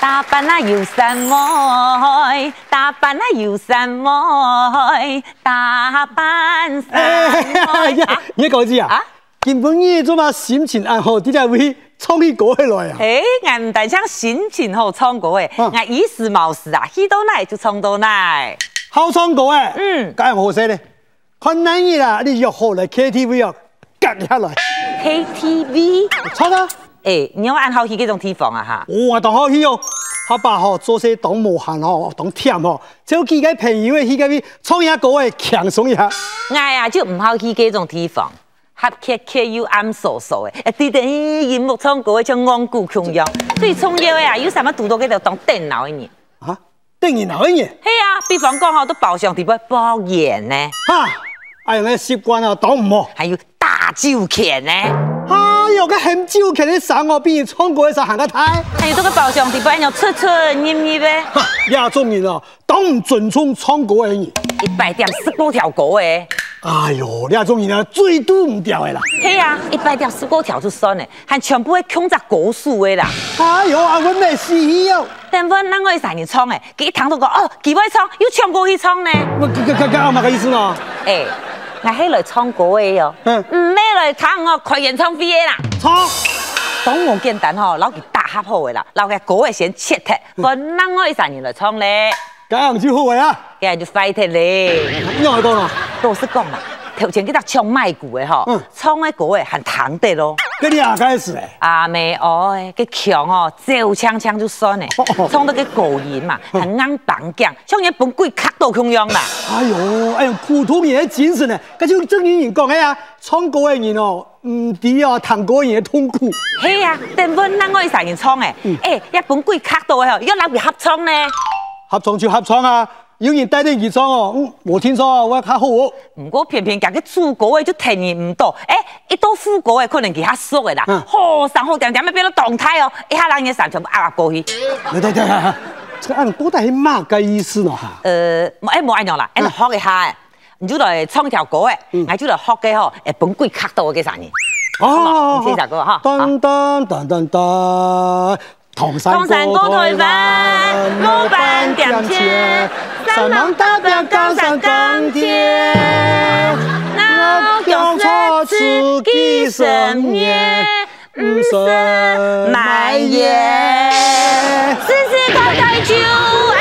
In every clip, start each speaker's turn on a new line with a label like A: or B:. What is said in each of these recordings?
A: 打扮啊又山妹，打扮啊又山妹，打扮
B: 哎
A: 山妹。
B: 呀，你讲gì
A: À?
B: à? Kim Bông Nhi cho mà tâm tình anh hậu đi ra với trong khi cổ hồi lại à?
A: 诶，俺唔但像心情好唱歌诶，
B: 嗯
A: 俺一时冇事啊，去到哪里就唱到哪里。
B: Hậu trong cổ à?
A: Ừ.
B: Cái anh hậu sẽ đây. Còn nãy như là đi học hồ lại KTV à? Cắt ra lại.
A: KTV，
B: Sao đó?
A: 诶，你要按好去嗰种地方啊哈。
B: 我當好去哦，他爸吼做事當無限吼，當忝吼，就幾個朋友的去嗰邊創一個嘅強爽一下。
A: 哎呀，就唔好去嗰种地方，合劇劇又暗傻傻的，一啲啲音樂唱歌的像昂古窮樣，所以創業的啊，有啥物拄到嗰度當電腦的呢？
B: 啊，定然後一嘢，
A: 嘿啊，比方講吼，都包上啲乜包演呢，
B: 哈，哎呀，習慣啊，當唔好。
A: 還有打酒拳呢，
B: 哎呦，個很招劇啲省我邊創過嘅時候行得太，
A: 還有這個哎包上啲乜樣出出入入的，
B: 哈，亞中人哦，當唔準衝創過嘅人。
A: 一百點十五條歌的。
B: 哎呦，亞中人啊，最都唔掉嘅啦。
A: 嘿啊，一百條十五條就算的，還全部的控制歌數的啦。
B: 哎呦，阿文咩事哦？
A: 但我咱我三年創的，佮一堂都講哦，幾位創又唱歌去創呢。
B: 我個個個阿媽嘅意思嘛？
A: 诶，我起来唱歌的哟，
B: 嗯
A: 唔咩来唱哦，开演唱会的啦。
B: 錯，
A: 当然简单吼，老佮搭合好的啦，老嘅歌的先切脱，不然哪我一三年来唱咧，
B: 咁樣就好嘅啊。
A: 今日就快脱咧。
B: 因為講啊，
A: 老实讲啦，头前佮搭唱卖鼓的吼
B: 嗯，
A: 唱的歌的很糖的咯。
B: 嗰啲啊，開始
A: 阿妹哦，佮强哦，照枪枪就算的
B: 哦嗯哦，
A: 唱到佮高音嘛，很硬棒讲，像日本鬼卡到咁样啦。
B: 哎呦，哎呦，普通人的精神呢，搿就正经人講嘅啊，唱歌嘅人哦，唔抵哦，彈歌人嘅痛苦。
A: 嘿啊，等阮咱我去三人唱诶，
B: 嗯
A: 诶、日本鬼卡到诶吼，要哪位合唱呢？
B: 合唱就合唱啊，有人帶你去唱哦，嗯，無天唱哦，我較好哦。
A: 毋过偏偏家己主歌诶就停伊唔到，诶、一到副歌诶可能其他熟诶啦
B: 嗯，
A: 好上好点点要变到动态哦，一下人嘅三全部压过去，
B: 你睇睇下，這個按到底係乜嘅意思咯嚇？
A: 呃，冇诶冇安样啦，诶、学一下诶，你就来唱一条歌诶，我就来学嘅吼，日本鬼卡到嘅三年，
B: 哦
A: 你聽首歌哈
B: 噔噔噔噔噔，唐山
A: 唐山歌台灣老闆點錢三郎代表高山鋼鐵
B: 那用錯自己身邊唔想買嘢
A: 四四高台酒，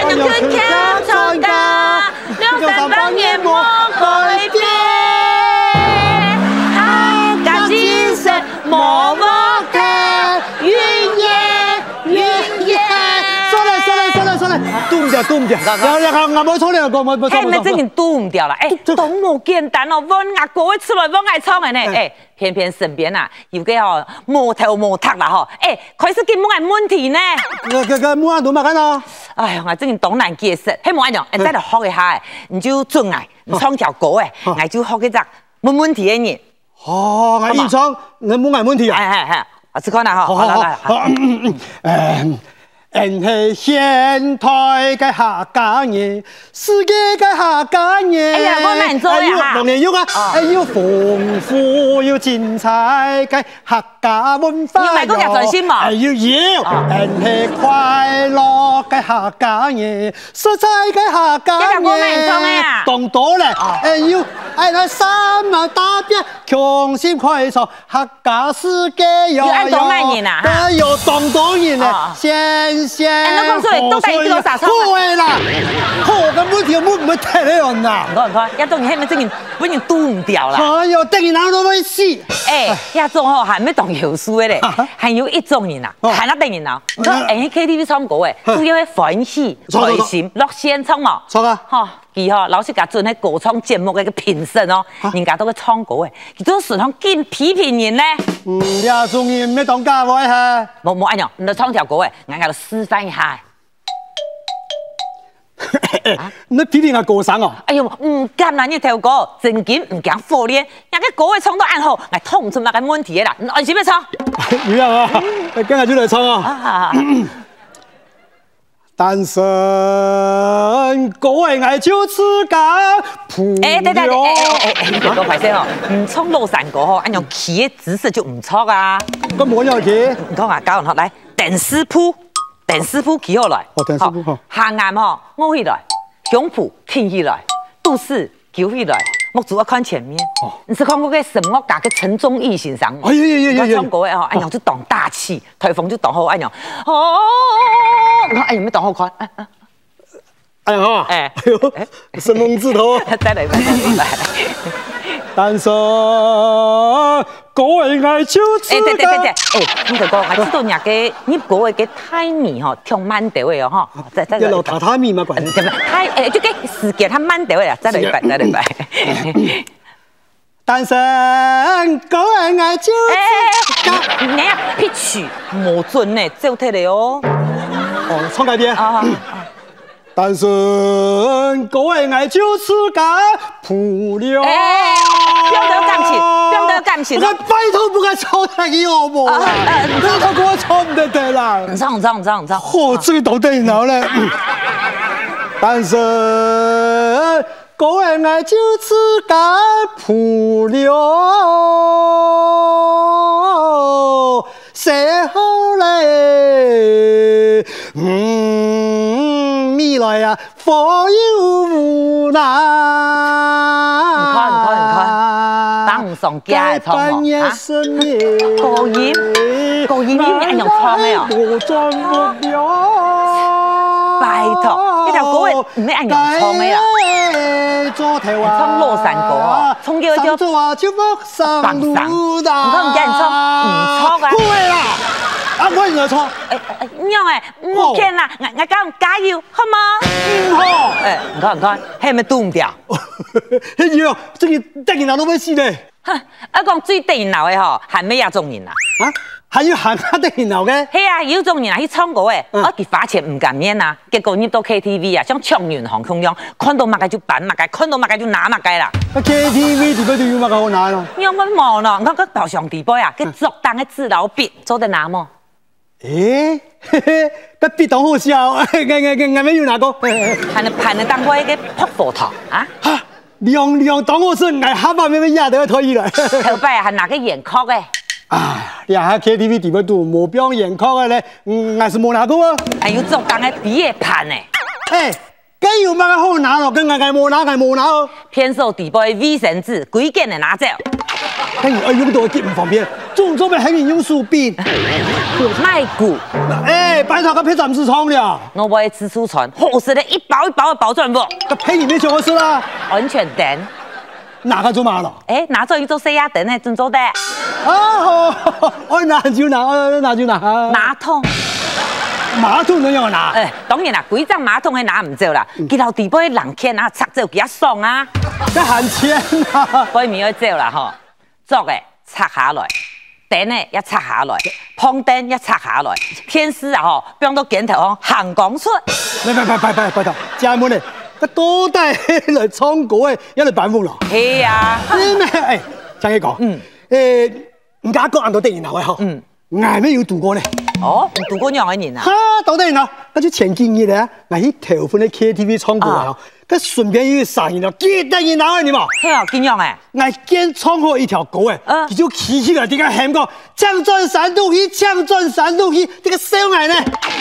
A: 安用拳拳唱歌，两三方面莫改变。他家精神默默的云烟云烟。
B: 算了算了算了算了，对唔住对唔住，有有有，我冇错你又講冇冇錯
A: 嘿，你
B: 冇
A: 哎真
B: 錯。
A: 人都唔掉了，哎，
B: 这
A: 都冇简单哦，问阿哥出来问爱唱的呢，
B: 嗯
A: 哎，偏偏身边啊，有个吼无头无壳啦吼，哎，开始见冇人问题呢，
B: 個個個冇人做乜緊啊？
A: 哎呀，我真人懂难解释，嘿，冇安
B: 哎
A: 样，你再来学一下，你就准爱，你唱条歌诶，
B: 哦
A: 我就学一只冇问题的呢，
B: 哦，我演唱你冇人問題啊
A: 哎？哎哎，我只看啦
B: 好
A: 吼，好
B: 好
A: 啦
B: 好
A: 好啦，好
B: 好，嗯嗯嗯，誒，現代嘅客家人，世界嘅客家人。
A: 哎呀我難做呀哈
B: 當然要啊
A: 哦，
B: 哎要豐富要精彩嘅客家文化。
A: 要賣公入財先嘛
B: 哎要要，
A: 哦
B: 人係快樂嘅客家人，實在嘅客家
A: 一
B: 人。
A: 日我難做呀
B: 動到咧
A: 哦，
B: 哎要哎那三萬大變，強先開創客家世界有。
A: 要按動漫演啊哈
B: 哎呦，當當然
A: 哦
B: 啦，啊先先。
A: 哎那
B: 哎
A: 公司都帶一個傻叉
B: 好嘅啦，好咁每條冇唔會踢你人啦。
A: 你看你看，一種人嘿冇真人本人都唔掉啦。
B: 哎呦，突然間都會死。
A: 哎，呀，种吼还没当有书的嘞
B: 啊，
A: 还有一种人啊，
B: 哦
A: 看那等人啊，
B: 嗯
A: 你看哎去 KTV 唱歌诶，
B: 嗯
A: 都要欢喜、
B: 唱
A: 开
B: 唱
A: 心、乐先唱嘛。
B: 唱啊
A: 吼，伊吼老师甲准迄歌唱节目嘅一个评审哦，人家都去唱歌诶，佢都顺向见批评人咧。
B: 嗯，你啊，中意咩當家啊位嚇？
A: 冇冇，哎呀，你唱条歌诶，人家就示范一下。
B: 你批評阿過省哦？
A: 哎呦，唔敢啦，你条歌正经唔敢火咧，人家歌诶唱到暗好，我痛唔出乜嘅问题的啦，你安心要唱。
B: 你啊嘛，你跟阿主嚟唱啊！
A: 啊，
B: 单身狗的爱就是个朋
A: 哎，对对对，
B: 友
A: 哎哎哎哎，你讲快些哦，唔唱老山歌吼，按用起的姿势就唔错啊。
B: 咁冇有嘢，
A: 你看啊，教人学来，电视铺，邓师傅起好来，
B: 哦邓师傅
A: 好
B: 好
A: 下眼吼，我起来，胸脯挺起来，肚子揪起来，目珠要看前面。
B: 哦
A: 你是看过个什么嘎个陈忠义先生吗？
B: 哎呀呀呀呀呀
A: 我唱过的吼，哎呀就当大气，台风就当好，哎呀，哦，哎呀没当好看，哎哎
B: 哎哈，
A: 哎
B: 哎呦，神龙字头。
A: 再来再来再来，
B: 单身狗人爱就
A: 哎
B: 吃
A: 对对对对，哎，你就讲，啊，知道人家个你国的个泰米吼，挺慢点位哦吼，再再
B: 要老榻榻米嘛，管
A: 怎么？他诶，就给时间他慢点啦，再来一摆，再来一摆。哎
B: 单身狗人爱就吃。嘎
A: 哎，你呀，pitch 没准呢，走脱了哦。
B: 哦，唱改编。
A: 啊，
B: 单身狗人爱就吃干普了。
A: 哎不要得感情不要得感情哦
B: 我说拜托不该吵太久好不好？
A: 啊啊
B: 不要跟我吵唔得得啦。
A: 你唱，你唱，你唱，你唱。
B: 嚯，哦这个头对脑嘞！但是个人爱就自家扑了，谁好嘞？嗯，米来呀，佛有无奈。你
A: 看你看你看当上家的窗户
B: 半夜
A: 啊
B: 深夜。
A: 高音高音你安样唱的哦
B: 我装不了。
A: 拜托那条歌的不是按样唱的啊
B: 哎做台湾
A: 唱落山歌哦唱叫叫
B: 山做啊就莫上路啦
A: 放山你看人家人唱嗯唱啊
B: 不会啦，啊，我也要唱，
A: 哎哎，娘哎，我天啦，我我讲加油，好吗？
B: 嗯吼。
A: 哎，你看，你看，还没动掉。
B: 哎呦，这个带给哪都没戏嘞，
A: 哼，我讲最电脑的吼，还没亚种人啦。
B: 啊，还有喊他带给哪个？
A: 嘿啊，有种人啊去唱歌诶，
B: 嗯
A: 我给花钱唔甘愿啊，结果入到 KTV 啊，像抢银行咁样，看到物嘅就办物嘅，看到物嘅就拿物嘅啦。
B: 那 KTV 里边都有嘛个好难哦。
A: 你有乜望咯？我个头上地杯啊，佢作当嘅纸老笔做得哪么？
B: 诶，嘿嘿，那必当好笑，哎，哎哎哎，没有哪个？
A: 盼你盼你当我一个破佛堂啊！
B: 哈，两两当我是挨哈巴妹妹压得可以了。
A: 后摆啊还拿个眼眶诶，
B: 啊，你下 KTV 点样度目标眼眶的嘞？嗯，还是没拿过啊？
A: 还有作当嘅底也盼诶，
B: 哎，该有嘛个好拿咯，跟俺俺没拿，俺没拿哦。
A: 偏手地杯卫生纸，鬼见的拿走，
B: 哎，哎，用到极唔方便，仲做咩喺面用薯饼？
A: 卖骨，
B: 哎，白头个配咱市场了，
A: 我买吃醋船，好食的一包一包的包装不？
B: 个配你面上我吃啦，
A: 安全灯，
B: 哪个做嘛了？
A: 诶，拿走一做洗牙灯诶，准做的。
B: 啊，我拿就拿，我拿就拿，
A: 马桶，
B: 马桶都要拿。
A: 诶、哎当然啦，几张马桶系拿唔走啦，佢头地杯人客啊，拆走几啊爽啊，
B: 在喊钱啊！
A: 杯面要走啦吼，作嘅拆下来，顶呢也拆下来，碰灯也拆下来，天丝啊吼，变到剪头哦，行讲出，
B: 来来来来来，拜托，家门嘞，个多带来唱歌的，一来办风了。
A: 嘿呀、啊，
B: 你咩？哎，真嘅講，
A: 嗯
B: 誒，唔家講人到定然後嘅嗬，
A: 嗯
B: 捱咩要度過呢？
A: 哦，唔拄过娘嘅人啊
B: 哈，，到定然後，跟住前幾日咧，捱去頭款嘅 KTV 唱歌啊
A: 啊，
B: 跟順便要上然後，幾得然後你冇？
A: 嘿哦，见样诶，
B: 捱見唱好一條歌嘅，
A: 啊
B: 佢就起起來，點解喊講唱轉山路去，唱轉山路去，這個笑捱呢？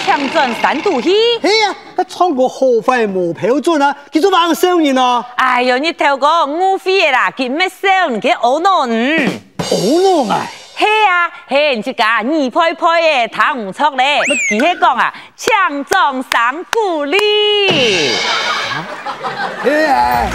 A: 抢转三度去。
B: 嘿呀，佢唱歌好快無標準啊，佢做乜笑人啊？
A: 哎呦，你头个误会啦，佢咩笑，佢懊恼嗯。
B: 好難捱。
A: 嘿啊，嘿，你这个二拍拍的他唔错嘞，其实讲啊，强壮三股力。
B: 哎，